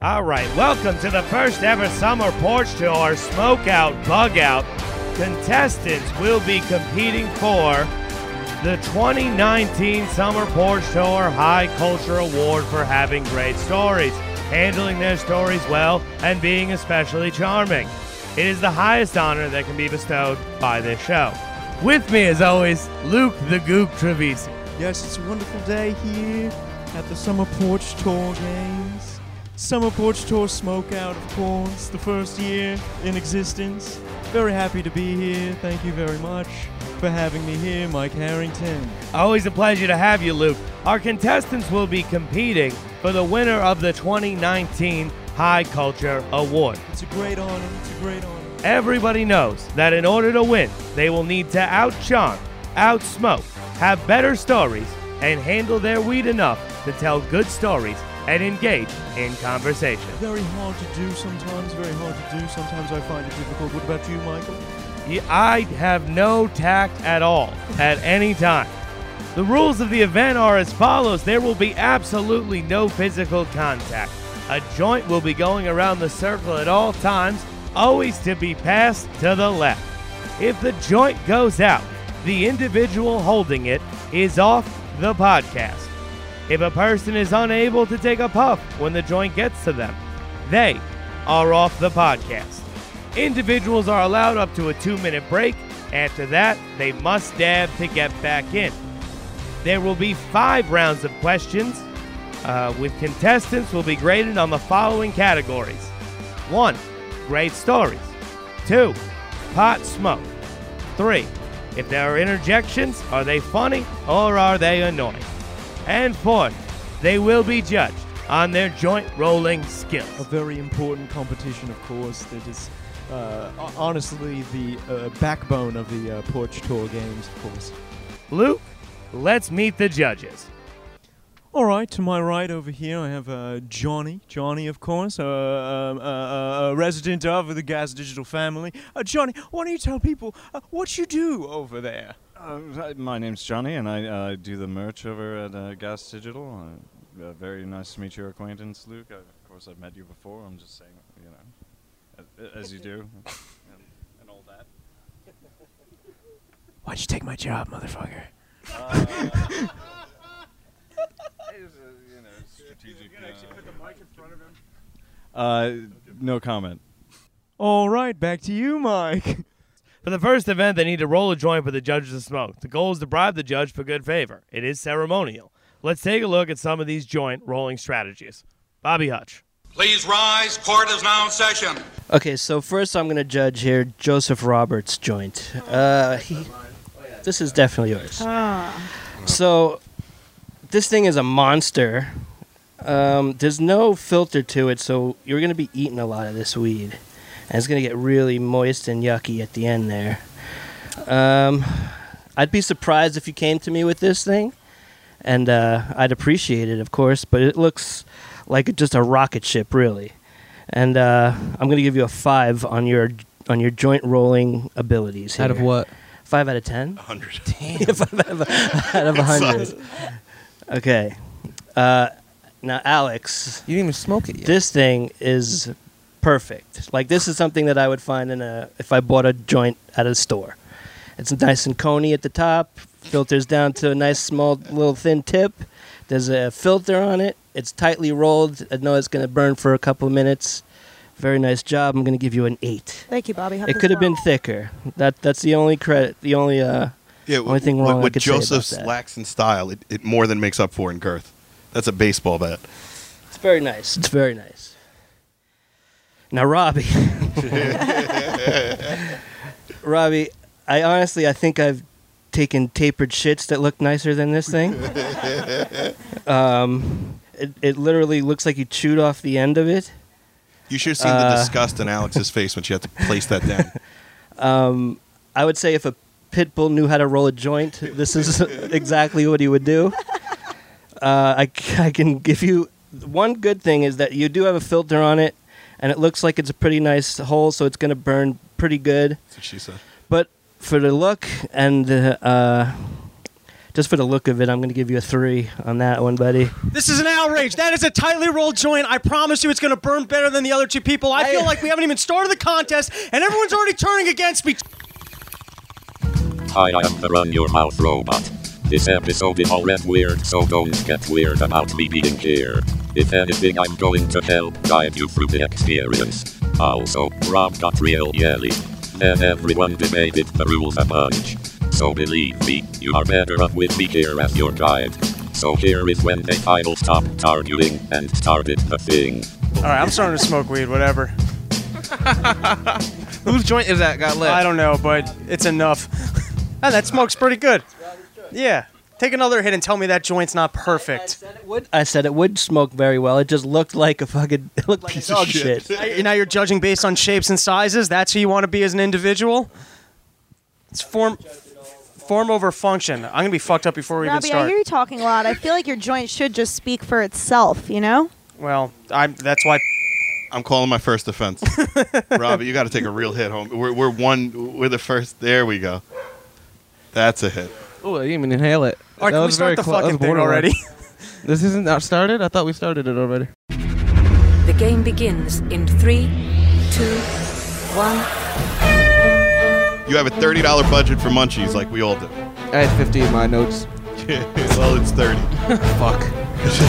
All right, welcome to the first ever summer porch tour smokeout bug out. Contestants will be competing for the 2019 Summer Porch Tour High Culture Award for having great stories, handling their stories well, and being especially charming. It is the highest honor that can be bestowed by this show. With me, as always, Luke the Goop Trevisi. Yes, it's a wonderful day here at the Summer Porch Tour Games. Summer Porch Tour Smokeout, of course, the first year in existence. Very happy to be here. Thank you very much for having me here, Mike Harrington. Always a pleasure to have you, Luke. Our contestants will be competing for the winner of the 2019 High Culture Award. It's a great honor. It's a great honor. Everybody knows that in order to win, they will need to outcharm, outsmoke, have better stories, and handle their weed enough to tell good stories and engage in conversation. Very hard to do sometimes, very hard to do. Sometimes I find it difficult. What about you, Michael? Y- I have no tact at all at any time. The rules of the event are as follows there will be absolutely no physical contact. A joint will be going around the circle at all times, always to be passed to the left. If the joint goes out, the individual holding it is off the podcast. If a person is unable to take a puff when the joint gets to them, they are off the podcast. Individuals are allowed up to a two minute break. After that, they must dab to get back in. There will be five rounds of questions, uh, with contestants will be graded on the following categories: one, great stories; two, pot smoke; three, if there are interjections, are they funny or are they annoying? And fourth, they will be judged on their joint rolling a skills. very important competition, of course, that is uh, ho- honestly the uh, backbone of the uh, Porch Tour games, of course. Luke, let's meet the judges. All right, to my right over here, I have uh, Johnny. Johnny, of course, a uh, uh, uh, resident of the Gas Digital family. Uh, Johnny, why don't you tell people uh, what you do over there? Uh, hi, my name's Johnny, and I uh, do the merch over at uh, Gas Digital. Uh, uh, very nice to meet your acquaintance, Luke. I, of course, I've met you before. I'm just saying, you know, as, as you do, and, and all that. Why'd you take my job, motherfucker? uh, you know, strategic. Uh, no comment. All right, back to you, Mike. For the first event, they need to roll a joint for the judges to smoke. The goal is to bribe the judge for good favor. It is ceremonial. Let's take a look at some of these joint rolling strategies. Bobby Hutch. Please rise. Court is now in session. Okay, so first I'm gonna judge here Joseph Roberts' joint. Uh, he, this is definitely yours. So this thing is a monster. Um, there's no filter to it, so you're gonna be eating a lot of this weed, and it's gonna get really moist and yucky at the end there. Um, I'd be surprised if you came to me with this thing, and uh, I'd appreciate it, of course. But it looks like just a rocket ship, really and uh, I'm gonna give you a five on your on your joint rolling abilities. Out of what? Five out of ten. hundred. five out of, out of a hundred. Okay. Uh, now, Alex, You didn't even smoke it yet. this thing is perfect. Like this is something that I would find in a if I bought a joint at a store. It's nice and coney at the top, filters down to a nice small little thin tip. There's a filter on it. It's tightly rolled. I know it's going to burn for a couple of minutes. Very nice job. I'm going to give you an 8. Thank you, Bobby. Help It us could have been out. thicker. That that's the only credit, the only uh yeah, only thing wrong I What, what could say about Joseph that. lacks in style, it, it more than makes up for in girth. That's a baseball bat. It's very nice. It's very nice. Now, Robbie. Robbie, I honestly, I think I've taken tapered shits that look nicer than this thing. um, it, it literally looks like you chewed off the end of it. You should have seen the Uh, disgust in Alex's face when she had to place that down. I would say if a pit bull knew how to roll a joint, this is exactly what he would do. Uh, I, c- I can give you one good thing is that you do have a filter on it, and it looks like it's a pretty nice hole, so it's going to burn pretty good. That's what she said. But for the look and the, uh, just for the look of it, I'm going to give you a three on that one, buddy. This is an outrage. That is a tightly rolled joint. I promise you it's going to burn better than the other two people. I, I- feel like we haven't even started the contest, and everyone's already turning against me. Hi, I am the Run Your Mouth Robot. This episode is already weird, so don't get weird about me being here. If anything, I'm going to help guide you through the experience. Also, Rob got real yelly. Then everyone debated the rules a bunch. So believe me, you are better off with me here as your guide. So here is when they final stopped arguing and started the thing. All right, I'm starting to smoke weed, whatever. Whose joint is that got lit? I don't know, but it's enough. Ah, that smoke's pretty good. Yeah. Take another hit and tell me that joint's not perfect. Would, I said it would smoke very well. It just looked like a fucking it looked like piece a dog of shit. You now you're judging based on shapes and sizes. That's who you want to be as an individual. It's form, form over function. I'm gonna be fucked up before we even Robbie, I start. hear you talking a lot. I feel like your joint should just speak for itself, you know? Well, I'm. That's why. I'm calling my first offense. Robbie, you got to take a real hit home. We're, we're one. We're the first. There we go. That's a hit. Ooh, I didn't even inhale it. All right, That can we was very start the clo- that fucking was thing borderline. already? This isn't not started. I thought we started it already. The game begins in three, two, one. You have a $30 budget for munchies like we all do. I had 50 in my notes. well, it's 30. Fuck.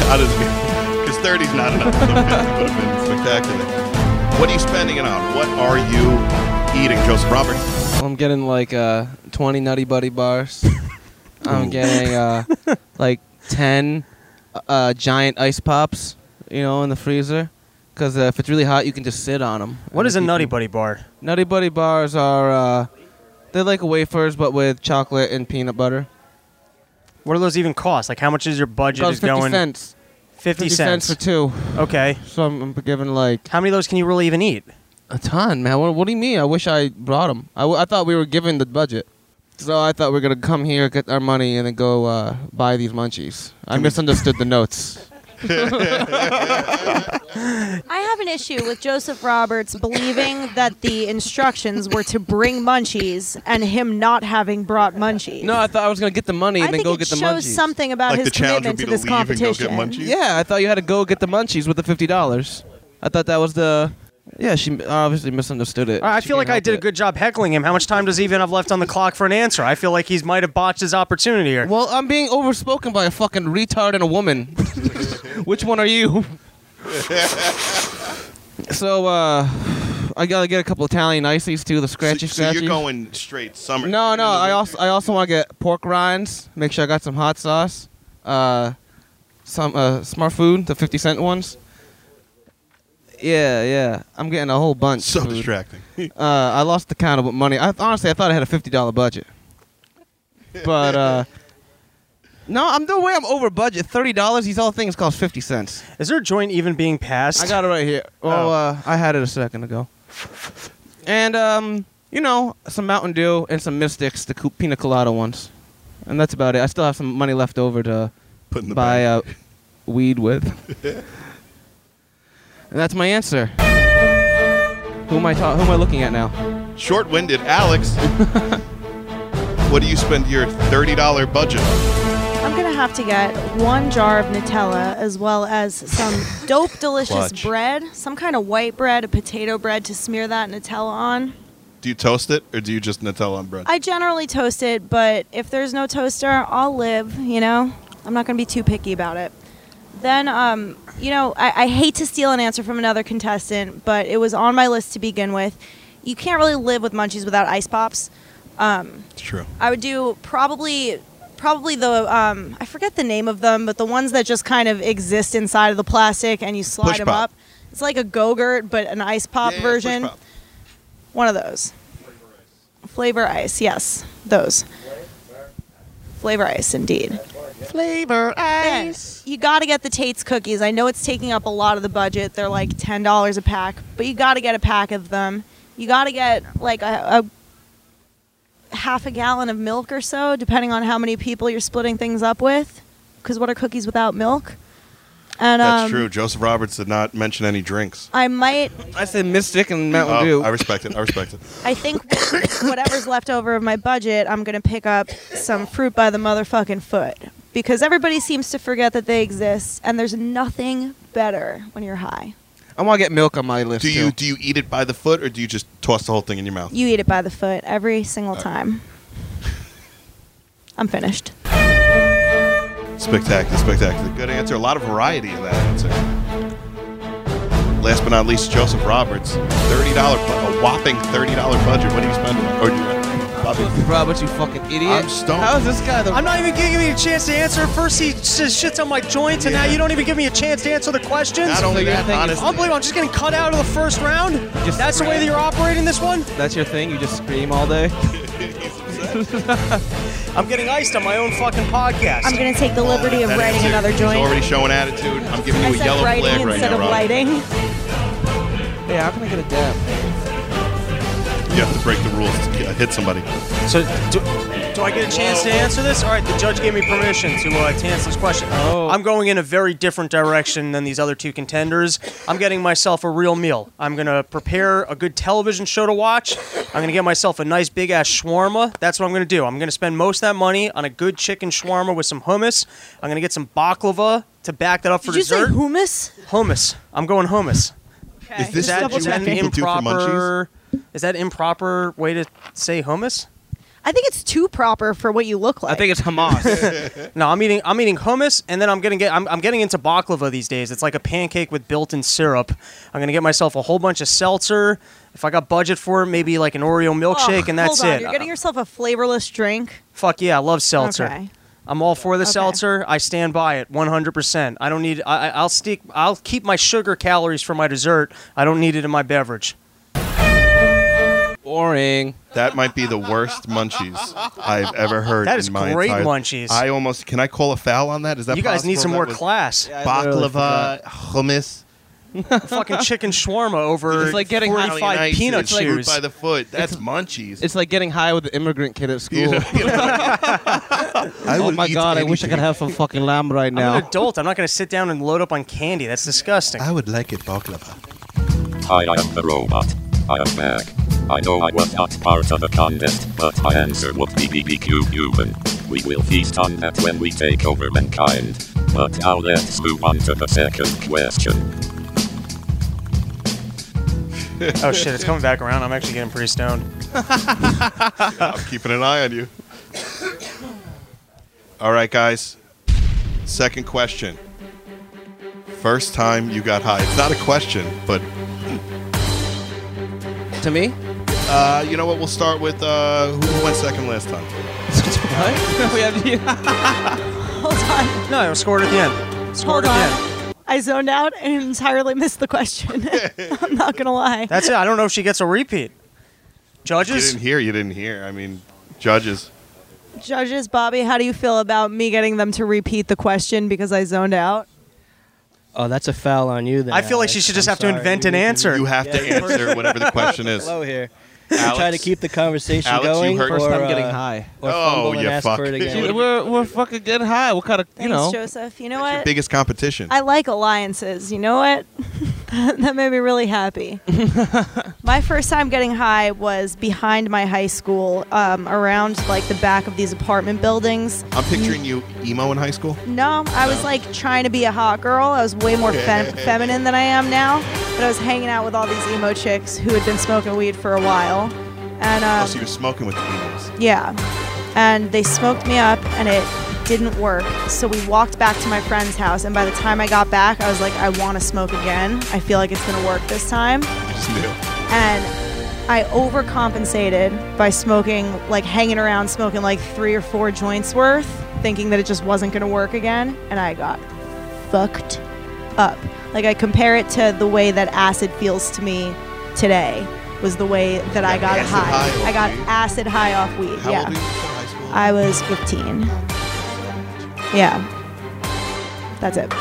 How does it Because 30 is not enough. It would have been spectacular. What are you spending it on? What are you eating, Joseph Robert? I'm getting like uh, 20 Nutty Buddy bars. I'm getting uh, like 10 uh, giant ice pops, you know, in the freezer. Because uh, if it's really hot, you can just sit on them. What is a nutty buddy bar? Nutty Buddy bars are uh, they're like wafers but with chocolate and peanut butter. What do those even cost? Like, how much is your It budget? costs is 50 going cents. 50 cents. for two. okay. So I'm, I'm giving like How many of those can you really even eat? a ton, man. What, what do you mean? I wish I brought them. I, w- I thought we were given the budget. So I thought we were gonna come here, get our money, and then go uh, buy these munchies. I misunderstood the notes. I have an issue with Joseph Roberts believing that the instructions were to bring munchies and him not having brought munchies. No, I thought I was gonna get the money and I then think go it get the shows munchies. something about Like his the challenge commitment would be to this to leave and go get competition. munchies. Yeah, I thought you had to go get the munchies with the fifty dollars. I thought that was the. Yeah, she m- obviously misunderstood it. All right, I She feel can't like I help did a it. good job heckling him. How much time does he even have left on the clock for an answer? I feel like he's might have botched his opportunity here. Well, I'm being overspoken by a fucking retard and a woman. Which one are you? so, uh, I gotta get a couple Italian ices too. The scratchy, so, so scratchy. you're going straight summer. no, no. I Into also, I also want to get pork rinds. Make sure I got some hot sauce. Uh, some uh, smart food, the fifty cent ones. Yeah, yeah. I'm getting a whole bunch. the- so Mm-hmm. of food. distracting. Uh, I lost the count of what money. I honestly, I thought I had a fifty dollar budget, but uh, no, I'm the way I'm over budget. Thirty dollars. These all things cost fifty cents. Is there a joint even being passed? I got it right here. Well, Oh. uh, I had it a second ago, and um, you know, some Mountain Dew and some Mystics, the co- pina colada ones, and that's about it. I still have some money left over to Put in the buy bag. uh, weed with, and that's my answer. Who am I ta- Who am I looking at now? uh, Short-winded Alex. what do you spend your $30 budget on? I'm gonna have to get one jar of Nutella as well as some dope, delicious Clutch. bread, some kind of white bread, a potato bread to smear that Nutella on. Do you toast it or do you just Nutella on bread? I generally toast it, but if there's no toaster, I'll live. You know, I'm not gonna be too picky about it. Then, um, you know, I, I hate to steal an answer from another contestant, but it was on my list to begin with. You can't really live with munchies without ice pops. It's true. I would do probably probably the um, I forget the name of them, but the ones that just kind of exist inside of the plastic and you slide Push them pop. up. It's like a go-gurt but an ice pop Yeah, push version. pop. One of those. Flavor ice, yes, those. Flavor ice, indeed. Flavor Then, you got to get the Tate's cookies. I know it's taking up a lot of the budget. They're like ten dollars a pack, but you got to get a pack of them. You got to get like a, a half a gallon of milk or so, depending on how many people you're splitting things up with. Because what are cookies without milk? And That's um, true. Joseph Roberts did not mention any drinks. I might I said Mystic and Mountain Oh, Dew. I respect it. I respect it. I think whatever's left over of my budget, I'm gonna pick up some fruit by the motherfucking foot because everybody seems to forget that they exist, and there's nothing better when you're high. I want to get milk on my list. Do you too. do you eat it by the foot or do you just toss the whole thing in your mouth? You eat it by the foot every single time. I'm finished. Spectacular, spectacular. Good answer. A lot of variety in that answer. Last but not least, Joseph Roberts. Thirty dollar, a whopping thirty dollar budget. What do you spend? on- Or do you, Bobby, Roberts, you fucking idiot. I'm stoned. How is this guy the I'm not even giving me a chance to answer. First he says shits on my joints, and now you don't even give me a chance to answer the questions. Not only So you're that, thinking- honestly, Unbelievable! I'm just getting cut out of the first round. Just That's the way that you're operating this one. That's your thing. You just scream all day. I'm getting iced on my own fucking podcast. I'm gonna take the liberty of that writing answer. another joint. He's already showing attitude. I'm giving you I a said yellow writing flag right instead now, of Rob. lighting. Hey, how can I get a dab? You have to break the rules to get- hit somebody. So, do, do I get a chance to answer this? All right, the judge gave me permission to, uh, to answer this question. Oh. I'm going in a very different direction than these other two contenders. I'm getting myself a real meal. I'm going to prepare a good television show to watch. I'm going to get myself a nice big ass shawarma. That's what I'm going to do. I'm going to spend most of that money on a good chicken shawarma with some hummus. I'm going to get some baklava to back that up for Did you say dessert. hummus? hummus. I'm going hummus. Okay. Is that, what is that an people do for improper? Is that improper way to say hummus? I think it's too proper for what you look like. I think it's Hamas. No, I'm eating. I'm eating hummus, and then I'm gonna get. I'm, I'm getting into baklava these days. It's like a pancake with built-in syrup. I'm gonna get myself a whole bunch of seltzer. If I got budget for it, maybe like an Oreo milkshake, Ugh, and that's hold on. it. You're getting Uh, yourself a flavorless drink. Fuck yeah, I love seltzer. Okay. I'm all for the Okay. seltzer. I stand by it 100%. I don't need. I, I- I'll stick. I'll keep my sugar calories for my dessert. I don't need it in my beverage. Boring. That might be the worst munchies I've ever heard. That is in my great entire- munchies. I almost can I call a foul on that? Is that you guys need possible? some That more was class. Baklava, hummus. Fucking chicken shawarma over It's like getting high on 45 peanut It's like chews. by the foot. That's munchies. It's like getting high with the immigrant kid at school. I oh will my eat god, I wish I could anything. have some fucking lamb right now. I'm an adult. I'm not going to sit down and load up on candy. That's disgusting. I would like it baklava. Hi, I am the robot. I am back. I know I was not part of the contest, but my answer would be BBQ Cuban. We will feast on that when we take over mankind. But now let's move on to the second question. Oh shit, it's coming back around. I'm actually getting pretty stoned. I'm keeping an eye on you. All right, guys. Second question. First time you got high. It's not a question, but to me? uh, you know what? We'll start with uh, who went second last time. What? we have you. Hold on. No, I scored at the end. Scored Hold at the end. on. I zoned out and entirely missed the question. I'm not gonna lie. That's it. I don't know if she gets a repeat. You Judges, didn't hear. You didn't hear. I mean, judges. Judges, Bobby, how do you feel about me getting them to repeat the question because I zoned out? Oh, that's a foul on you. Then I feel like she Alex. should just I'm have to sorry. invent an answer. You have to answer whatever the question is. Hello here. Alex, Try to keep the conversation Alex, you going. hurt- or, First I'm uh, getting high. Or Oh, fumble and you ask fuck. for it Dude, again. we're, we're fucking getting high. What kind of, you Thanks, know? Joseph. You know your what? biggest competition. I like alliances. You know what? that made me really happy. my first time getting high was behind my high school, um, around like the back of these apartment buildings. I'm picturing you emo in high school. No, I was like trying to be a hot girl. I was way more fem- feminine than I am now. But I was hanging out with all these emo chicks who had been smoking weed for a while, and um, Oh, so you're smoking with the emos. yeah. And they smoked me up and it didn't work. So we walked back to my friend's house. And by the time I got back, I was like, I want to smoke again. I feel like it's going to work this time. I just knew. And I overcompensated by smoking, like hanging around, smoking like three or four joints worth, thinking that it just wasn't going to work again. And I got fucked up. Like I compare it to the way that acid feels to me today was the way that I got acid high. high off I got weed? acid high off weed. How yeah. old were you in high school? I was 15. Yeah. That's it.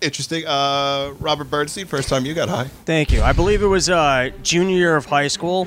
Interesting. Uh, Robert Birdseed, first time you got high. Thank you. I believe it was uh, junior year of high school,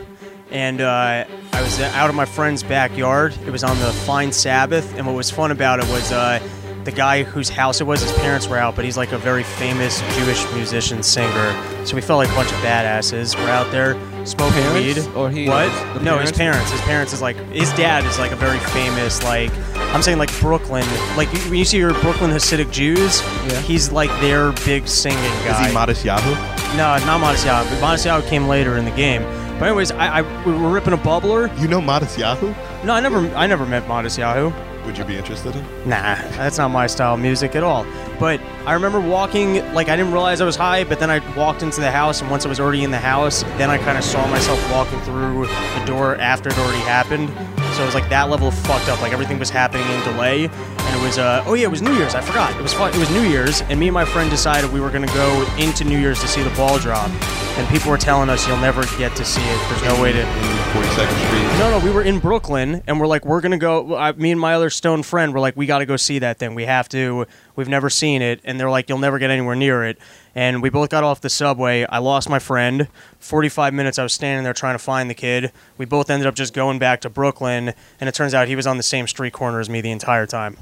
and uh, I was out of my friend's backyard. It was on the Fine Sabbath, and what was fun about it was uh, the the guy whose house it was, his parents were out, but he's like a very famous Jewish musician singer. So we felt like a bunch of badasses. We're out there smoking Parents? weed. Or he- uh, What? the No, his parents? parents. His parents is like his dad is like a very famous like I'm saying like Brooklyn. Like you- when you see your Brooklyn Hasidic Jews, he's like their big singing guy. Is he Modest Yahoo? No, not Modest Yahoo. But Modest Yahoo came later in the game. But anyways, I, I we were ripping a bubbler. You know Modest Yahoo? No, I never I never met Modest Yahoo. Would you be interested in? Nah, that's not my style of music at all. But I remember walking, like, I didn't realize I was high, but then I walked into the house, and once I was already in the house, then I kind of saw myself walking through the door after it already happened. So it was like that level of fucked up. Like, everything was happening in delay. And it was, uh, oh yeah, it was New Year's. I forgot. It was fun. It was New Year's, and me and my friend decided we were going to go into New Year's to see the ball drop. And people were telling us, you'll never get to see it. There's no way to. 42nd Street. No, no, we were in Brooklyn, and we're like, we're gonna go. I, me and my other stone friend were like, we got to go see that thing. We have to. We've never seen it, and they're like, you'll never get anywhere near it. And we both got off the subway. I lost my friend. Forty-five minutes, I was standing there trying to find the kid. We both ended up just going back to Brooklyn, and it turns out he was on the same street corner as me the entire time.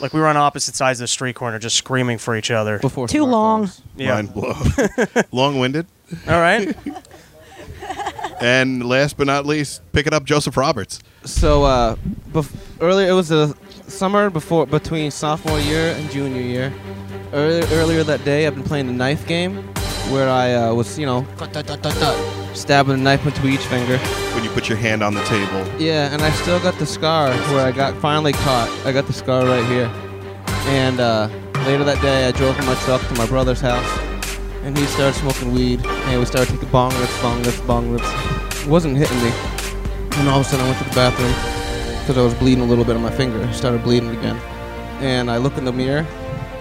Like we were on opposite sides of the street corner, just screaming for each other. Before Too long. Yeah. Mind blown. Long winded. All right. And last but not least, picking up Joseph Roberts. So uh, bef- earlier it was the summer before between sophomore year and junior year. Earlier, earlier that day, I've been playing the knife game, where I uh, was you know stabbing a knife into each finger. When you put your hand on the table. Yeah, and I still got the scar where I got finally caught. I got the scar right here. And uh, later that day, I drove myself to my brother's house, and he started smoking weed, and we started taking bong rips, bong rips, bong rips. It wasn't hitting me, and all of a sudden I went to the bathroom because I was bleeding a little bit on my finger. It started bleeding again, and I look in the mirror,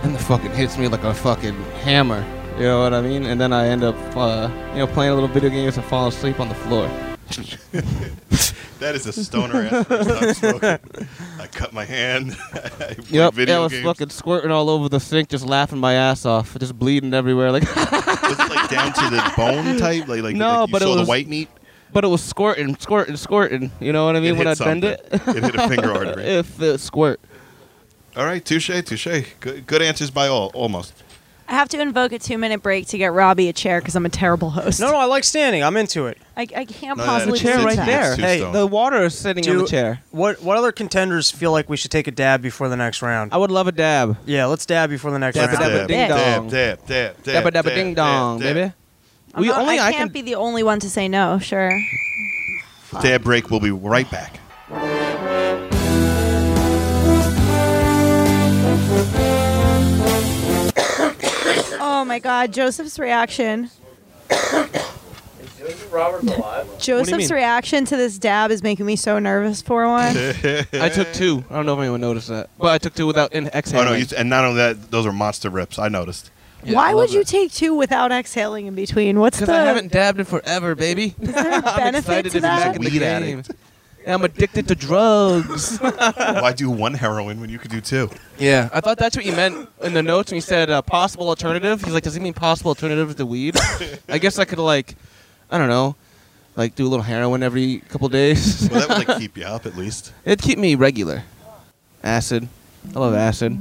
and the fucking hits me like a fucking hammer. You know what I mean? And then I end up, uh, you know, playing a little video games and fall asleep on the floor. That is a stoner ass first time smoking. I cut my hand. I played Yep, video yeah, I was games. fucking squirting all over the sink, just laughing my ass off, just bleeding everywhere. Like, Was it like down to the bone type? Like, like, no, like you but saw it was the white meat? But it was squirting, squirting, squirting. You know what I mean? It when I hit bend it, something. It hit a finger artery. if it squirt. All right, touche, touche. Good, good answers by all, almost. I have to invoke a two minute break to get Robbie a chair because I'm a terrible host. No, no, I like standing. I'm into it. I, I can't No, no, possibly it's- do it's- that. it's too Hey, stoned. The water is sitting on Do- the chair. What what other contenders feel like we should take a dab before the next round? I would love a dab. Yeah, let's dab before the next Dab a round. dab a ding dab, dong. dab, dab, dab, Dabba dabba dab, ding dab, dong, dab. baby. I'm We not- only I I can. can't be the only one to say no. Sure. Dab break. We'll be right back. Oh my God, Joseph's reaction. Robert's alive. Joseph's mean? reaction to this dab is making me so nervous for one. I took two. I don't know if anyone noticed that, but I took two without in- Oh exhaling. no! You, and not only that, those are monster rips. I noticed. Yeah, I Why would love you it. take two without exhaling in between? What's the Because I haven't dabbed in forever, baby. is there a I'm benefit excited to to be back that? in the Weed game. addict. And I'm addicted to drugs. Why do one heroin when you could do two? Yeah, I thought that's what you meant in the notes when you said uh, possible alternative. He's like, does he mean possible alternative to weed? I guess I could like, I don't know, like do a little heroin every couple days. Well, that would like keep you up at least. It'd keep me regular. Acid, I love acid.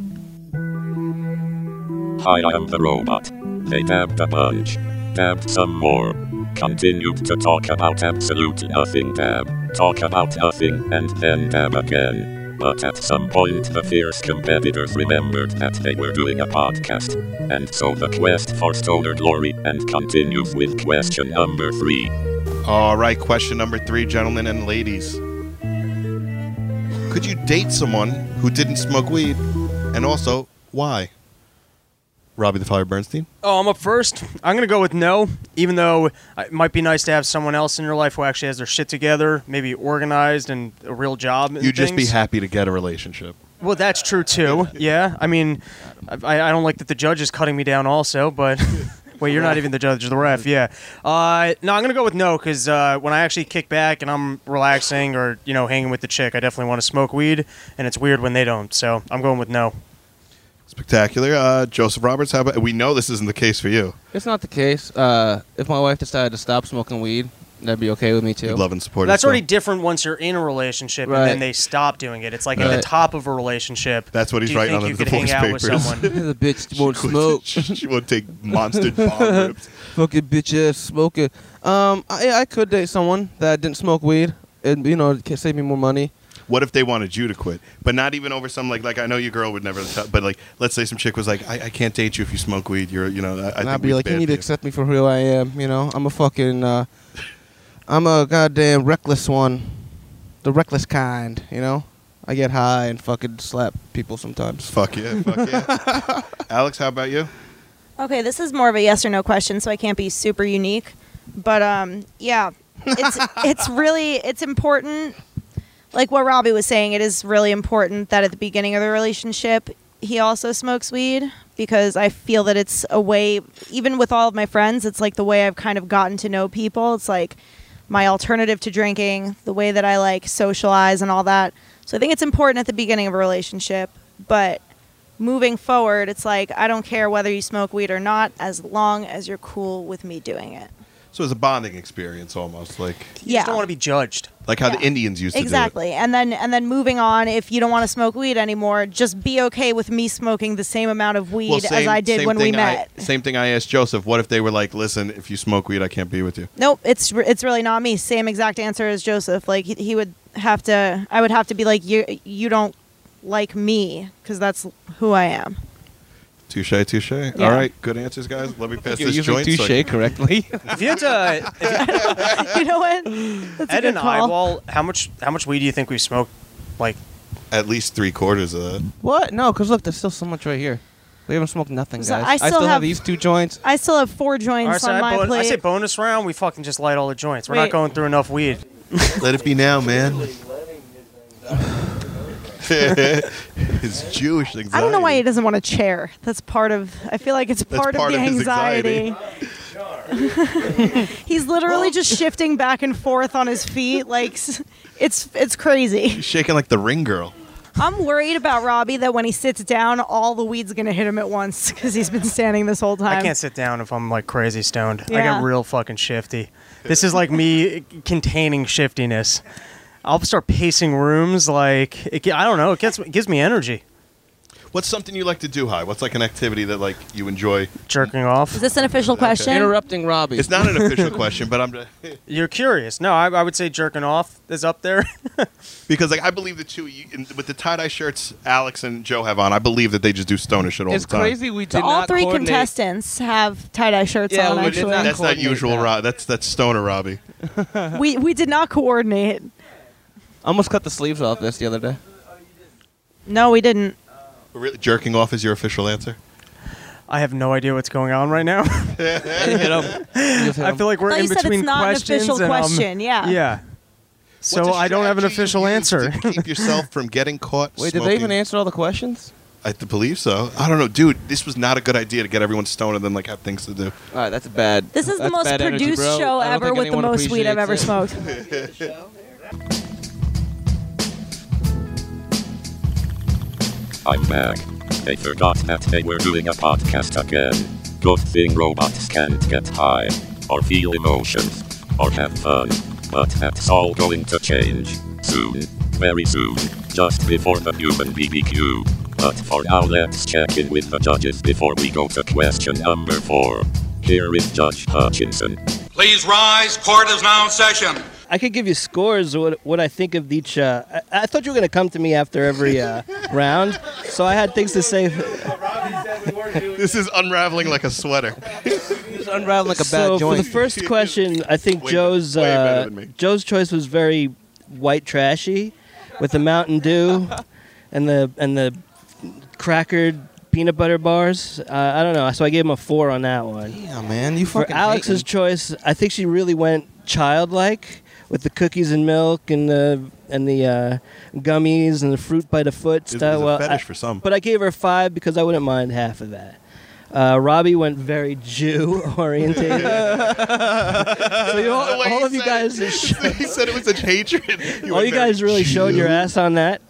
Hi, I am the robot. They dabbed a bunch. Dabbed some more. Continued to talk about absolute nothing dab. Talk about nothing and then dab again. But at some point, the fierce competitors remembered that they were doing a podcast. And so the quest for stoner glory and continues with question number three. All right, question number three, gentlemen and ladies. Could you date someone who didn't smoke weed, and also why? Robbie the Fire Bernstein. Oh, I'm up first. I'm gonna go with no, even though it might be nice to have someone else in your life who actually has their shit together, maybe organized and a real job. and You'd just be things. happy to get a relationship. Well, that's true too. Yeah, I mean, I, I don't like that the judge is cutting me down also, but wait, you're not even the judge, the ref. Yeah. Uh, no, I'm gonna go with no because uh, when I actually kick back and I'm relaxing or you know hanging with the chick, I definitely want to smoke weed, and it's weird when they don't. So I'm going with no. Spectacular. Uh, Joseph Roberts, how about we know this isn't the case for you. It's not the case. Uh, if my wife decided to stop smoking weed, that'd be okay with me too. You'd love and support That's already different once you're in a relationship and Right. then they stop doing it. It's like at the Right. top of a relationship. That's what he's do you writing think on you the could hang divorce out with papers. someone. the bitch won't She smoke. won't- she won't take monster bomb rips. Fucking bitch ass smoker. Um, I, I could date someone that didn't smoke weed. and you know, it could save me more money. What if they wanted you to quit? But not even over some like like I know your girl would never. Tell, but like let's say some chick was like I, I can't date you if you smoke weed. You're you know I, I and think I'd be weed's like, you bad need for to accept me for who I am. You know, I'm a fucking, uh, I'm a goddamn reckless one, the reckless kind. You know, I get high and fucking slap people sometimes. Fuck yeah, fuck yeah. Alex, how about you? Okay, this is more of a yes or no question, so I can't be super unique. But um, yeah, it's it's really it's important. Like what Robbie was saying, it is really important that at the beginning of the relationship, he also smokes weed because I feel that it's a way. Even with all of my friends, it's like the way I've kind of gotten to know people. It's like my alternative to drinking, the way that I like socialize and all that. So I think it's important at the beginning of a relationship, but moving forward, it's like I don't care whether you smoke weed or not, as long as you're cool with me doing it. So it's a bonding experience almost like You just Yeah. don't wanna to be judged. Like how the Indians used exactly, and then and then moving on. If you don't want to smoke weed anymore, just be okay with me smoking the same amount of to weed do it. Well, as same- I did same when we thing I- met. same thing I asked Joseph. What if they were like, listen, if you smoke weed, I can't be with you. Nope, it's re- it's really not me. Same exact answer as Joseph. Like he, he would have to, I would have to be like you. You don't like me because that's who I am. Touche, touche. All right, good answers, guys. Let me pass You're this using joint. so I touche can- correctly. If you had to, you know what? That's a Ed good and call. I, well, how much how much weed do you think we smoked? Like At least three quarters of that. What? No, because look, there's still so much right here. We haven't smoked nothing, guys. So I still have, have- these two joints. I still have four joints I say, on my I, bon- I plate. say bonus round, we fucking just light all the joints. We're not Wait. going through enough weed. Let it be now, man. His Jewish anxiety. I don't know why he doesn't want a chair. That's part of. I feel like it's That's part, part of the of his anxiety. He's literally just shifting back and forth on his feet. Like s- it's it's crazy. He's shaking like the ring girl. I'm worried about Robbie that when he sits down, all the weed's gonna hit him at once because he's been standing this whole time. I can't sit down if I'm like crazy stoned. I Yeah. get real fucking shifty. This is like me containing shiftiness. I'll start pacing rooms like it, ge- I don't know. It gets it gives me energy. What's something you like to do, High? What's like an activity that like you enjoy? Jerking off. Is this an official question? Interrupting Robbie. It's not an official question, but I'm You're curious. No, I, I would say jerking off is up there. because like I believe the two of you, in, with the tie dye shirts Alex and Joe have on, I believe that they just do stoner shit all It's the time. crazy we So did all not three coordinate. contestants have tie dye shirts Yeah, on. we did Actually, not That's not coordinate usual, that. Rob. That's that's stoner, Robbie. we we did not coordinate. I almost cut the sleeves off this the other day. No, we didn't. Really, jerking off is your official answer. I have no idea what's going on right now. I feel like we're Well, in you said it's between not an questions. official and, um, question, yeah. Yeah. So I don't have an official answer. Keep yourself from getting caught. Wait, smoking. did they even answer all the questions? I th- believe so. I don't know, dude. This was not a good idea to get everyone stoned and then like have things to do. All right, that's bad. This is the that's most bad energy, produced bro. show I don't ever think with the anyone most weed I've appreciates ever it. smoked. I'm back. They forgot that they were doing a podcast again. Good thing robots can't get high, or feel emotions, or have fun. But that's all going to change. Soon. Very soon. Just before the human BBQ. But for now, let's check in with the judges before we go to question number four. Here is Judge Hutchinson. Please rise. Court is now in session. I could give you scores what what I think of each. Uh, I, I thought you were gonna come to me after every uh, round, so I had things to say. This is unraveling like a sweater. It's unraveling like a bad so joint. for the first question, I think Joe's way better uh, than me. Joe's choice was very white trashy, with the Mountain Dew and the and the crackered peanut butter bars. Uh, I don't know, so I gave him a four on that one. Damn, man, you For fucking. Alex's hating. choice, I think she really went childlike with the cookies and milk and the and the uh, gummies and the fruit by the foot It's, stuff. it's Well, a fetish I- for some. but I gave her five because I wouldn't mind half of that. Uh, Robbie went very Jew oriented. so you all, The way all he of you said guys, it. he said it with such hatred. He all went you guys very- really showed your ass on that.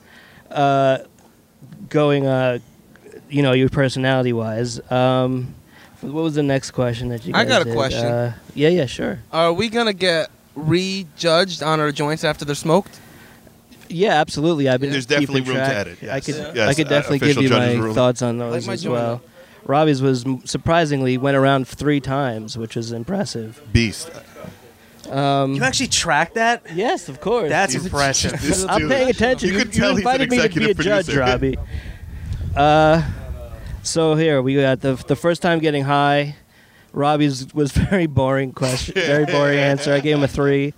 Uh, going, uh, you know, your personality wise. Um, what was the next question that you? I Guys got a did? question. Uh, yeah, yeah, sure. Are we gonna get rejudged on our joints after they're smoked? Yeah, absolutely. I've been There's keeping definitely room to track. edit, I yes. could, Yes, I could uh, definitely give official you my judge's ruling. thoughts on Like those my as joint. well. Robbie's was m- surprisingly went around three times, which is impressive. Beast. Um, You actually track that? Yes, of course. That's He's- impressive. I'm paying attention. You, you invited me to be a judge, Robbie. Uh, so here we got the the first time getting high. Robbie's was very boring question, very boring answer. I gave him a three.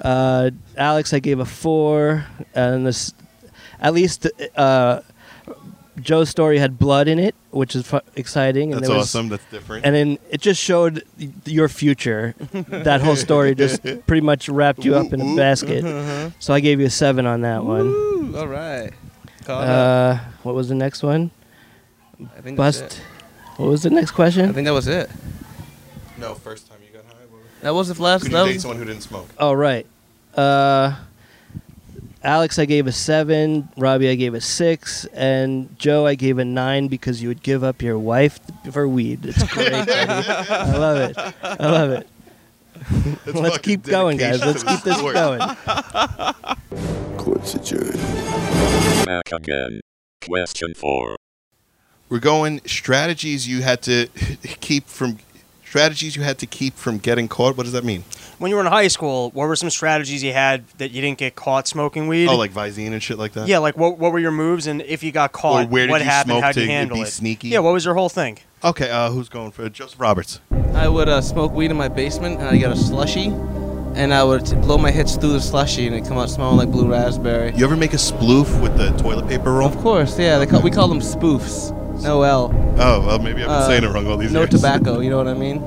Uh, Alex, I gave a four, and this, at least uh, Joe's story had blood in it, which is fu- exciting. And That's there was- awesome. That's different. And then it just showed y- your future. that whole story just pretty much wrapped you up in a basket. uh-huh. So I gave you a seven on that one. Ooh, all right. Caught up. Uh, what was the next one? I think that's Bust. it. What was the next question? I think that was it. No, first time you got high. what was it? That was the last. Could that you date was- someone who didn't smoke? Oh right. Uh, Alex, I gave a seven. Robbie, I gave a six, and Joe, I gave a nine because you would give up your wife for weed. It's great. buddy. I love it. I love it. That's Let's fucking keep going, guys. dedication Let's to the keep this sport. going. Court's adjourned. Back again. Question 4. We're going strategies you had to keep from strategies you had to keep from getting caught. What does that mean? When you were in high school, what were some strategies you had that you didn't get caught smoking weed? Oh, like Visine and shit like that. yeah, like what, what were your moves, and if you got caught, where did what you happened? smoke How'd you to handle be it? sneaky? Yeah, what was your whole thing? Okay, uh, who's going for it? Joseph Roberts? I would uh, smoke weed in my basement, and I get a slushy, and I would blow my hits through the slushy, and it come out smelling like blue raspberry. You ever make a sploof with the toilet paper roll? Of course, yeah. They call, we call them spoofs. No L. Oh, well, maybe I've been Uh, saying it wrong all these No years. tobacco. You know what I mean?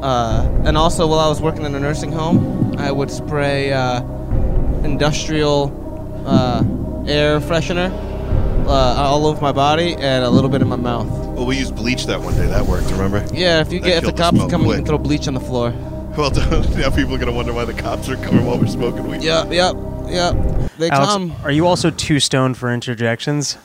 Uh, and also, while I was working in a nursing home, I would spray uh, industrial uh, air freshener uh, all over my body and a little bit in my mouth. Well, we used bleach that one day. That worked, remember? Yeah, if you That get if the killed cops smoke come, you quick. can throw bleach on the floor. Well, now people are gonna wonder why the cops are coming while we're smoking weed. Yep, yep, yep. They Alex, come. are you also too stoned for interjections?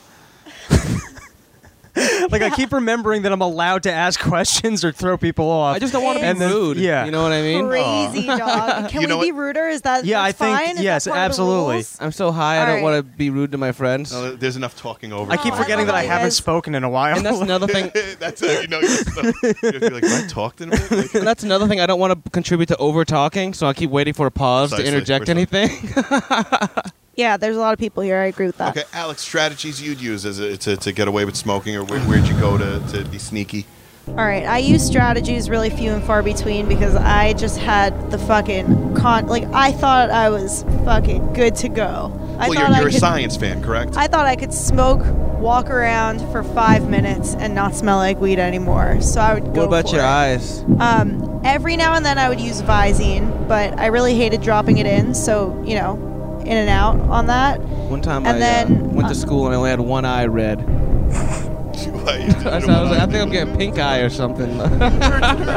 like I keep remembering that I'm allowed to ask questions or throw people off. I just don't want to And be then- rude. Yeah, you know what I mean. Crazy dog. Can we You know be ruder? Is that Yeah, that's I think- fine? Is that yes, part of the absolutely. rules? I'm so high, I don't Alright. want to be rude to my friends. No, there's enough talking over. I keep Oh, I forgetting love that I you haven't guys. spoken in a while. and that's another thing. That's how you know. You're stoned. you have to be like, "Have I talked in a minute?" Like, and that's another thing. I don't want to contribute to over talking, so I keep waiting for a pause Precisely, to interject precisely. anything. Yeah, there's a lot of people here. I agree with that. Okay, Alex, strategies you'd use as a, to, to get away with smoking, or where, where'd you go to, to be sneaky? All right, I use strategies really few and far between because I just had the fucking con. Like I thought I was fucking good to go. I well, thought you're, you're I a could, science fan, correct? I thought I could smoke, walk around for five minutes, and not smell like weed anymore. So I would go. what about for your it. eyes? Um, every now and then I would use Visine, but I really hated dropping it in. So you know, in and out on that. One time And I uh, then, went uh, to school and I only had one eye red. Why you did So I was it all like, I night. think I'm getting pink eye or something.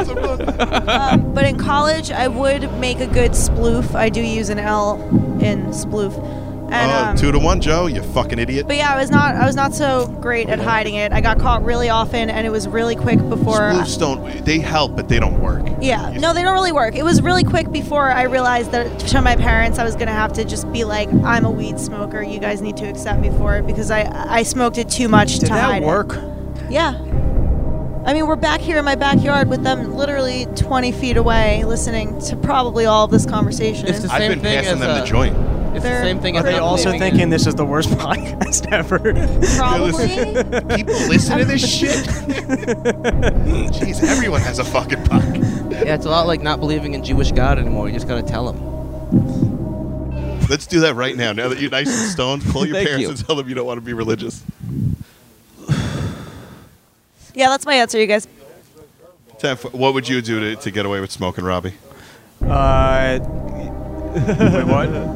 um, but in college, I would make a good sploof. I do use an L in sploof. And, Oh, um, two to one, Joe. You fucking idiot. But yeah, I was not I was not so great at hiding it. I got caught really often, and it was really quick before. Spoofs don't. They help, but they don't work. yeah, no, they don't really work. It was really quick before I realized that to my parents I was gonna have to just be like, I'm a weed smoker. You guys need to accept me for it because I I smoked it too Did much to that hide work? it. Yeah. I mean, we're back here in my backyard with them literally 20 feet away, listening to probably all of this conversation. It's the I've same been thing passing as them uh, the joint. It's They're- the same thing. Are as they not also believing in- thinking this is the worst podcast ever? probably. People listen to this shit. Jeez, everyone has a fucking pocket. Yeah, it's a lot like not believing in Jewish God anymore. You just gotta tell them. Let's do that right now. Now that you're nice and stoned, call your Thank parents you. and tell them you don't want to be religious. yeah, that's my answer, you guys. Time for- what would you do to, to get away with smoking, Robbie? uh, wait, what?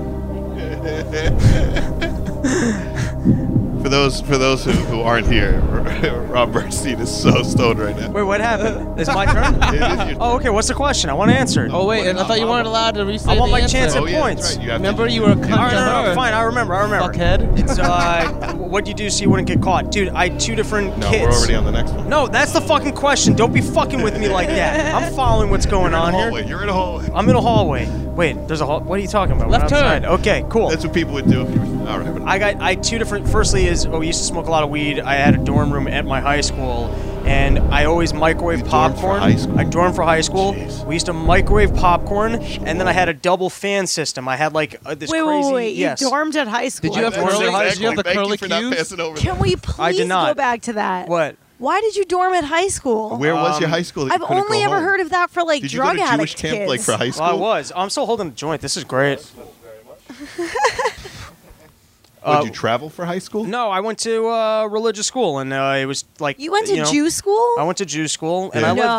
For those for those who, who aren't here, Rob Bernstein is so stoned right now. Wait, what happened? It's my turn. oh, okay. What's the question? I want to answer. Oh wait, and I thought you weren't allowed to restate. I want the my answer. chance Oh, at points. Remember, you were a cunt All right, to no, no, her. no, fine. I remember. I remember. Fuckhead. It's uh, what you do so you wouldn't get caught, dude. I had two different No, kids. we're already on the next one. No, that's the fucking question. Don't be fucking with me like that. I'm following what's going on here. You're in a hallway. I'm in a hallway. Wait, there's a hall. What are you talking about? We're Left outside. turn. Okay, cool. That's what people would do if you were. All right. I got I had two different. Firstly, is oh, we used to smoke a lot of weed. I had a dorm room at my high school, and I always microwave popcorn. high school? I dorm for high school. We used to microwave popcorn, and then I had a double fan system. I had like uh, this wait, wait, crazy. wait, wait. Yes. You dormed at high school. you have Dormed at curly- high did you have school. the Thank curly you for not cues? passing over. Can we please I did go not. back to that? What? Why did you dorm at high school? Where was your high school that you I've couldn't only go ever home? heard of that for like Did you go drug to Jewish addict camp, kids. like, for high Well, I was. Oh, I'm still holding the joint. This is great. Would Uh, you travel for high school? No, I went to uh, religious school, and uh, it was like You went to know, Jew school? I went to Jew school, and Yeah. I lived No.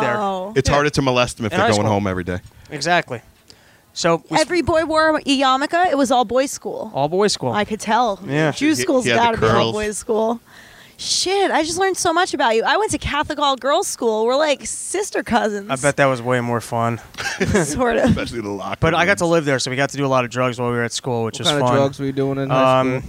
there. It's harder to molest them if In they're high going school. home every day. Exactly. So we Every boy wore a yarmulke. It was all boys school. all boys school. I could tell. Yeah. Jew He- school's he had the got to be all curls. boys school. Shit, I just learned so much about you. I went to Catholic all girls school. We're like sister cousins. I bet that was way more fun. Sort of. Especially the locker. But I got to live there, so we got to do a lot of drugs while we were at school, which What was kind of fun. drugs were you doing in high um,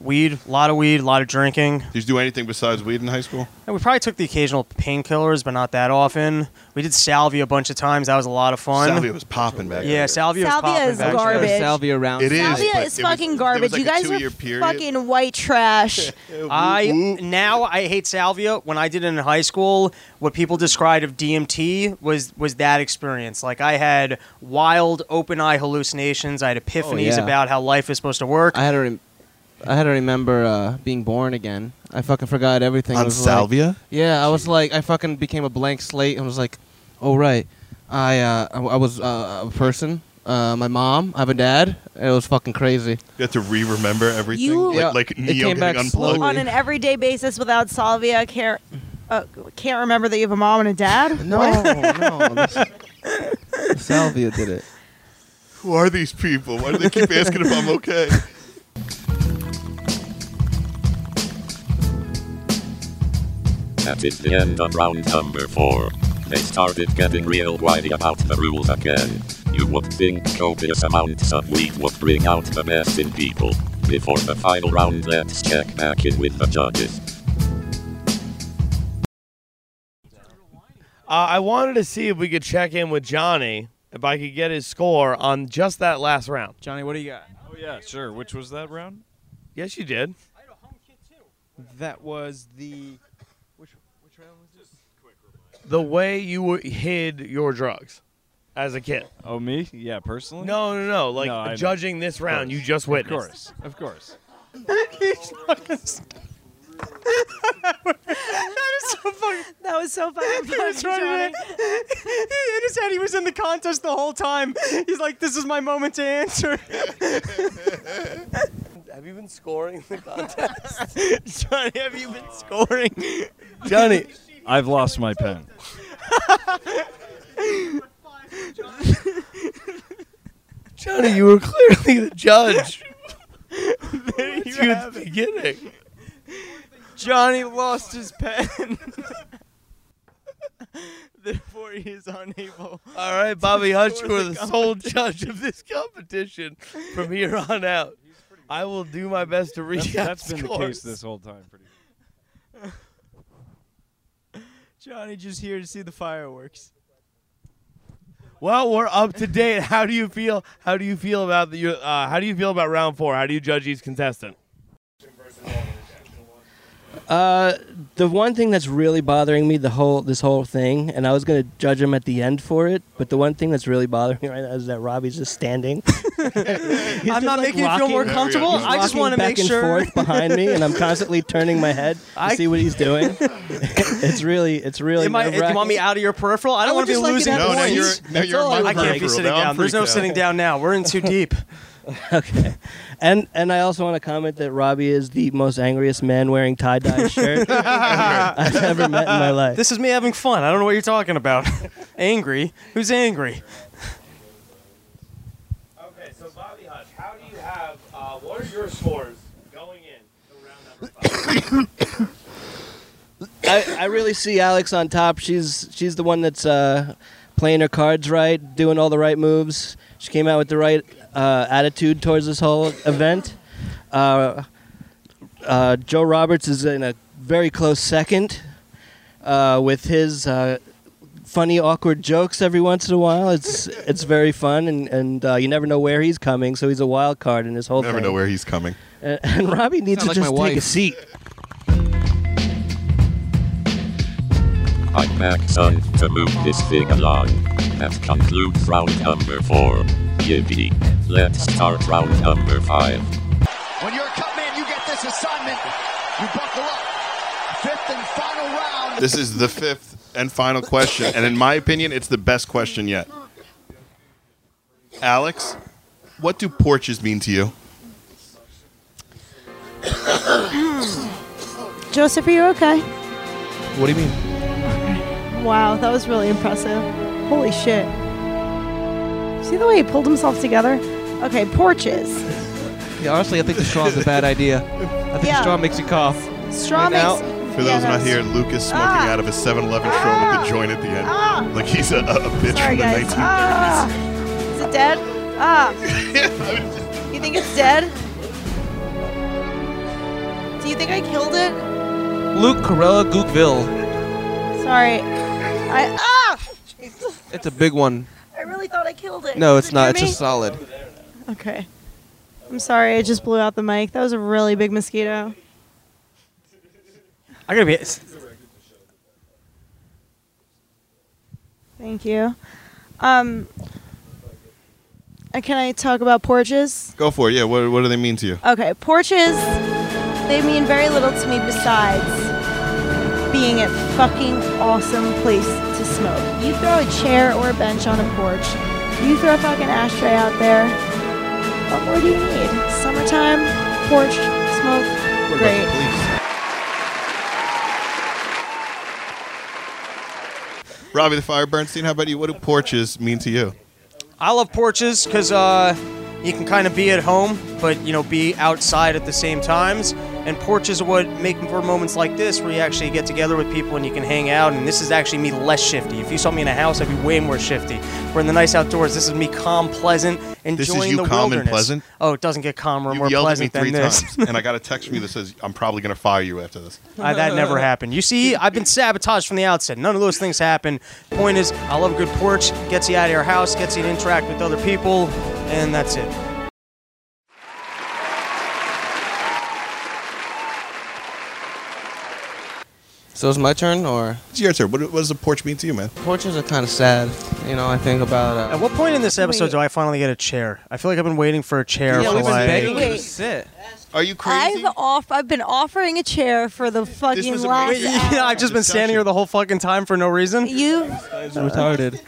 Weed, a lot of weed, a lot of drinking. Did you do anything besides weed in high school? And we probably took the occasional painkillers, but not that often. We did salvia a bunch of times. That was a lot of fun. Salvia was popping back. Yeah, salvia, was Salvia popping is back then. garbage. Salvia round. It is. Salvia but is it was- fucking there garbage. was like you a guys two-year are period. fucking white trash. I now I hate salvia. When I did it in high school, what people described of DMT was was that experience. Like I had wild open eye hallucinations. I had epiphanies Oh, yeah. about how life is supposed to work. I had to, rem- I had to remember uh, being born again. I fucking forgot everything. On It was like- salvia? yeah, I was like, I fucking became a blank slate and was like, oh right, I uh, I, I was uh, a person. Uh, my mom, I have a dad. It was fucking crazy. You had to re-remember everything. You- like, Yeah, like it Neo came getting back unplugged. slowly. on an everyday basis without salvia. Can't uh, can't remember that you have a mom and a dad. No, What? no, this- salvia did it. Who are these people? Why do they keep asking if I'm okay? That is the end of round number four. They started getting real whiny about the rules again. You would think copious amounts of weed would bring out the best in people. Before the final round, let's check back in with the judges. Uh, I wanted to see if we could check in with Johnny if I could get his score on just that last round. Johnny, what do you got? Oh yeah, sure. Which was that round? Yes, you did. That was the. The way you were, hid your drugs as a kid. Oh me? Yeah, personally. No, no, no. Like No, I know. judging this round, you just Of witnessed. course, of course. that is so fucking. That was so fucking He was funny, running Johnny. it. He- In his head, he was in the contest the whole time. He's like, "This is my moment to answer." Have you been scoring the contest? Johnny, have you been scoring? Johnny, I've lost my pen. Johnny, you were clearly the judge. There you you have at the it. beginning. Johnny lost his pen. Therefore, he is unable. All right, Bobby Hutch, you Score are the the sole judge of this competition from here on out. I will do my best to That's, reach that's been the case this whole time. Pretty. Johnny just here to see the fireworks. Well, we're up to date. How do you feel? How do you feel about the, your? Uh, how do you feel about round four? How do you judge each contestant? Uh, the one thing that's really bothering me the whole this whole thing, and I was gonna judge him at the end for it, but the one thing that's really bothering me right now is that Robbie's just standing. I'm not making you feel more comfortable. I just want to make back sure. and forth behind me, and I'm constantly turning my head to I- see what he's doing. it's really, it's really. Am I, do you want me out of your peripperal? I don't want would to be just like it losing at No, now once. you're points. now That's you're all I in my would I can't be peripheral. sitting Now I'm down. There's no freaked out. sitting down now. We're in too deep. Okay. And and I also want to comment that Robbie is the most angriest man wearing tie dye shirt I've ever met in my life. This is me having fun. I don't know what you're talking about. angry? Who's angry? Okay, so Bobby Hutch, how do you have? Uh, what are your scores going in to round number I, I really see Alex on top. She's she's the one that's uh, playing her cards right, doing all the right moves. She came out with the right uh, attitude towards this whole event. Uh, uh, Joe Roberts is in a very close second uh, with his uh, funny, awkward jokes every once in a while. It's it's very fun, and and uh, you never know where he's coming, so he's a wild card in this whole. Never thing. know where he's coming. And, and Robbie needs to Sound like my just take a wife. seat. I'm back, son, to move this thing along. That concludes round number four. Yippee. Let's start round number five. When you're a cut man, you get this assignment. You buckle up. Fifth and final round. This is the fifth and final question, and in my opinion, it's the best question yet. Alex, what do porches mean to you? Joseph, are you okay? What do you mean? Wow, that was really impressive. Holy shit. See the way he pulled himself together? Okay, porches. Yeah, honestly, I think the straw is a bad idea. I think Yeah. the straw makes you cough. Straw Right now? makes. For yeah, those not that's- here, Lucas smoking Ah. out of a 7 Eleven straw with a joint at the end. Like he's a, a a bitch Sorry, from the guys. 19. Ah. Is it dead? Ah. you think it's dead? Do you think I killed it? Luke Corella Gookville. Sorry. I ah. Jesus. It's a big one. I really thought I killed it. No, Does it's it hear not. It's me? just solid. Okay. I'm sorry. I just blew out the mic. That was a really big mosquito. I gotta be. Thank you. Um. uh, Can I talk about porches? Go for it. Yeah, what, what do they mean to you? Okay, porches, they mean very little to me besides being a fucking awesome place to smoke. You throw a chair or a bench on a porch, you throw a fucking ashtray out there. What more do you need? Summertime, porch, smoke, great. Robbie the Fire Bernstein, how about you? What do porches mean to you? I love porches because uh, you can kind of be at home, but you know, be outside at the same times. And porches are what make for moments like this where you actually get together with people and you can hang out. And this is actually me less shifty. If you saw me in a house, I'd be way more shifty. We're in the nice outdoors. This is me calm, pleasant, enjoying This is you the calm and wilderness. pleasant? Oh, it doesn't get calmer or You more yelled at me pleasant three than this. times, and I got a text from you that says, I'm probably going to fire you after this. I, Uh, that never happened. You see, I've been sabotaged from the outset. None of those things happen. Point is, I love a good porch. Gets you out of your house, gets you to interact with other people, and that's it. So it's my turn, or It's your turn. What, what does a porch mean to you, man? porches are kind of sad. You know, I think about. Uh, At what point in this episode do I finally get a chair? I feel like I've been waiting for a chair Yeah, for we've been like. begging you to sit. Are you I've crazy? off I've been offering a chair for the fucking was a last major- hour. Yeah, I've just been standing here the whole fucking time for no reason. You It's retarded.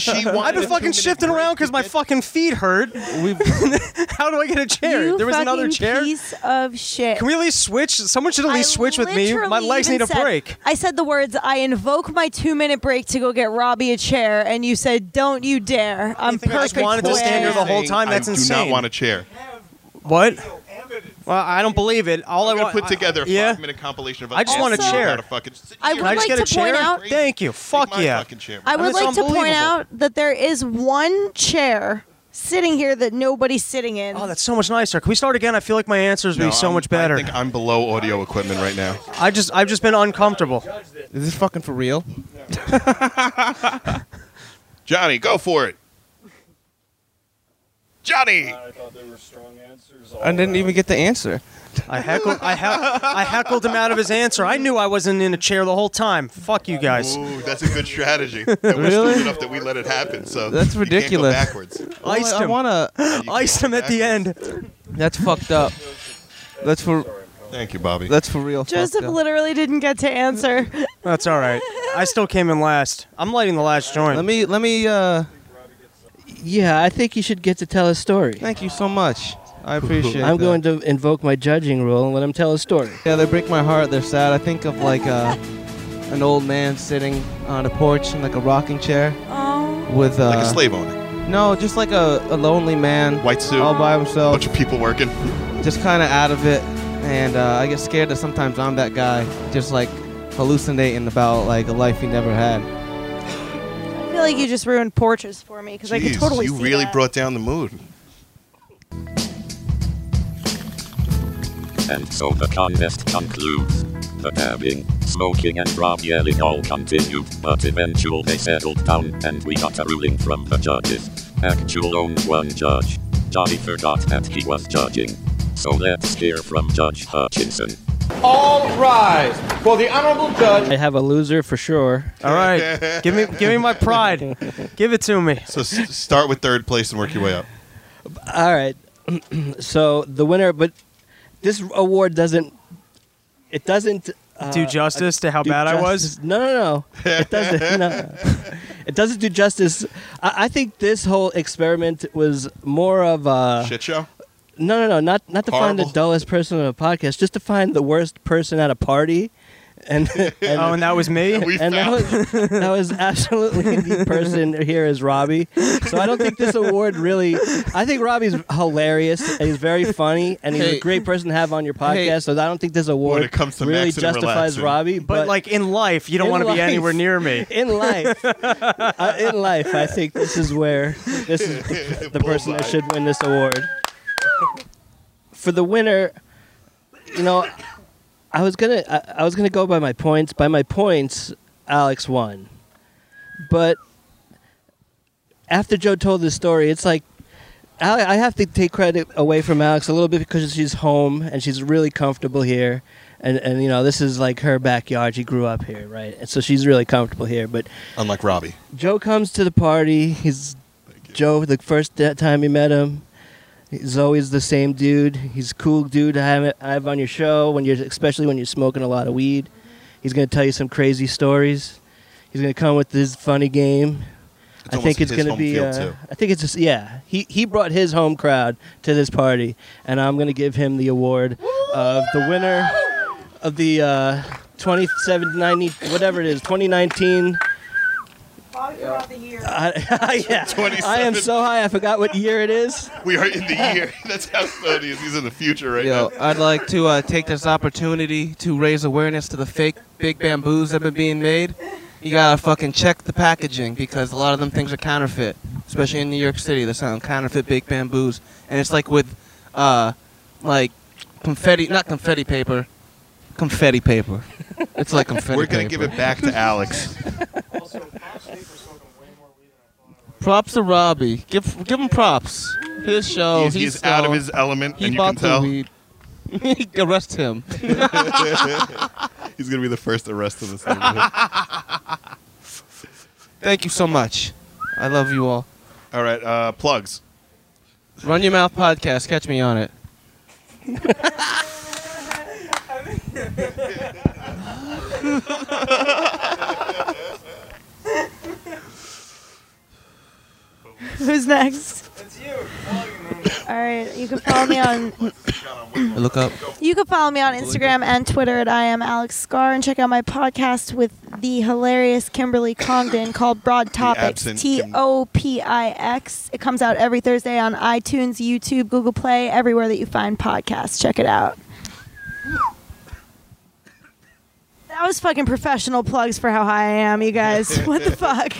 she I've been fucking shifting around because my fucking feet hurt. We've How do I get a chair? you there was another fucking chair. piece of shit. Can we at least switch? Someone should at least I switch with me. My literally legs even need a said- break. I said the words, I invoke my two minute break to go get Robbie a chair, and you said, Don't you dare. I'm think I just perfect. wanted to stand here where the whole time. I That's do insane. not want a chair. What? Well, I don't believe it. All I'm I going want. to put together a yeah. five-minute compilation of I just us want a talking chair. about a fucking- I Here, would Can I just get like a to point chair? out- Thank you. Fuck Take my yeah. fucking chair, I man. would That's like to point unbelievable. out that there is one chair sitting here that nobody's sitting in. Oh, that's so much nicer. Can we start again? I feel like my answers would No, be so I'm- much better. I I, think I'm below audio equipment right now. just I've just been uncomfortable. Is this fucking for real? Johnny, go for it. Johnny. I didn't even get the answer. I heckled I, heck, I heckled him out of his answer. I knew I wasn't in a chair the whole time. Fuck you guys. Ooh, that's a good strategy. That we're Really? stupid enough that we let it happen. So That's you can't go ridiculous. backwards. Iced I him. wanna. Iced him at the end. That's fucked up. That's for. Thank you, Uh, Bobby. That's for real. fucked Joseph up. literally didn't get to answer. That's all right. I still came in last. I'm lighting the last joint. Let me. Let me. Uh, Yeah, I think you should get to tell a story. thank you so much. I appreciate. I'm that. going to invoke my judging rule and let him tell a story. Yeah, they break my heart. They're sad. I think of like uh, an old man sitting on a porch in like a rocking chair oh. with uh, like a slave owner. No, just like a, a lonely man, White suit. all by A himself, bunch of people working. just kind of out of it, and uh, I get scared that sometimes I'm that guy, just like hallucinating about like a life he never had. I feel like you just ruined porches for me because I could Jeez, totally you see really that. brought down the mood. And so the contest concludes. The dabbing, smoking, and Rob yelling all continued, but eventually they settled down and we got a ruling from the judges. Actual owned one judge. Johnny forgot that he was judging. So let's hear from Judge Hutchinson. All rise for the honorable judge. I have a loser for sure. All right, give me give me my pride. Give it to me. So s- start with third place and work your way up. All right. so the winner, but this award doesn't. It doesn't uh, Do justice to how do bad I was? justice- No, no, no. It doesn't. no. It doesn't do justice. I, I think this whole experiment was more of a shit show. No, no, no. Not not to find Horrible. the dullest person on a podcast, just to find the worst person at a party. And, and Oh, and that was me? We and that was that was absolutely the person here is Robbie. So I don't think this award really. I think Robbie's hilarious. and He's very funny, and he's Hey. a great person to have on your podcast. Hey. So I don't think this award really justifies Robbie. but, like in life, you don't in want to be life- anywhere near me. In life, uh, in life, I think this is where this is the, the person that should win this award. For the winner, you know, I was gonna I, I was gonna go by my points. By my points, Alex won, but after Joe told this story, it's like Ale- I have to take credit away from Alex a little bit because she's home and she's really comfortable here, and and you know this is like her backyard. She grew up here, right? And so she's really comfortable here. But Unlike Robbie. Joe comes to the party. He's Joe. The first da- time he met him, he's always the same dude. He's a cool dude to have, have on your show when you're, especially when you're smoking a lot of weed. He's gonna tell you some crazy stories. He's gonna come with his funny game. It's I think almost it's his gonna home be. field, uh, too. I think it's just yeah. He he brought his home crowd to this party, and I'm gonna give him the award of the winner of the uh, 2790 whatever it is 2019 I, yeah. 27. I am so high, I forgot what year it is. We are in the year. That's how slow he is. He's in the future right Yo, now. I'd like to uh, take this opportunity to raise awareness to the fake big bamboos that have been being made. You gotta fucking check the packaging because a lot of them things are counterfeit, especially in New York City. They're selling counterfeit big bamboos, and it's like with, uh, like confetti, not confetti paper, confetti paper. It's like confetti. We're gonna give paper. it back to Alex. Props to Robbie. Give give him props. His show. He's- he's out of his element, Oh, He and you bought can tell. the weed. Arrest him. He's gonna be the first arrest of this. neighborhood. Thank you so much. I love you all. All right, uh, plugs. Run your mouth podcast. Catch me on it. Who's next? All right, you can follow me on Look up. you can follow me on Instagram and Twitter at I am Alex Scar and check out my podcast with the hilarious Kimberly Congdon called Broad Topics absent T Kim- O P I X. It comes out every Thursday on iTunes, YouTube, Google Play, everywhere that you find podcasts. Check it out. That was fucking professional plugs for how high I am, you guys. What the fuck?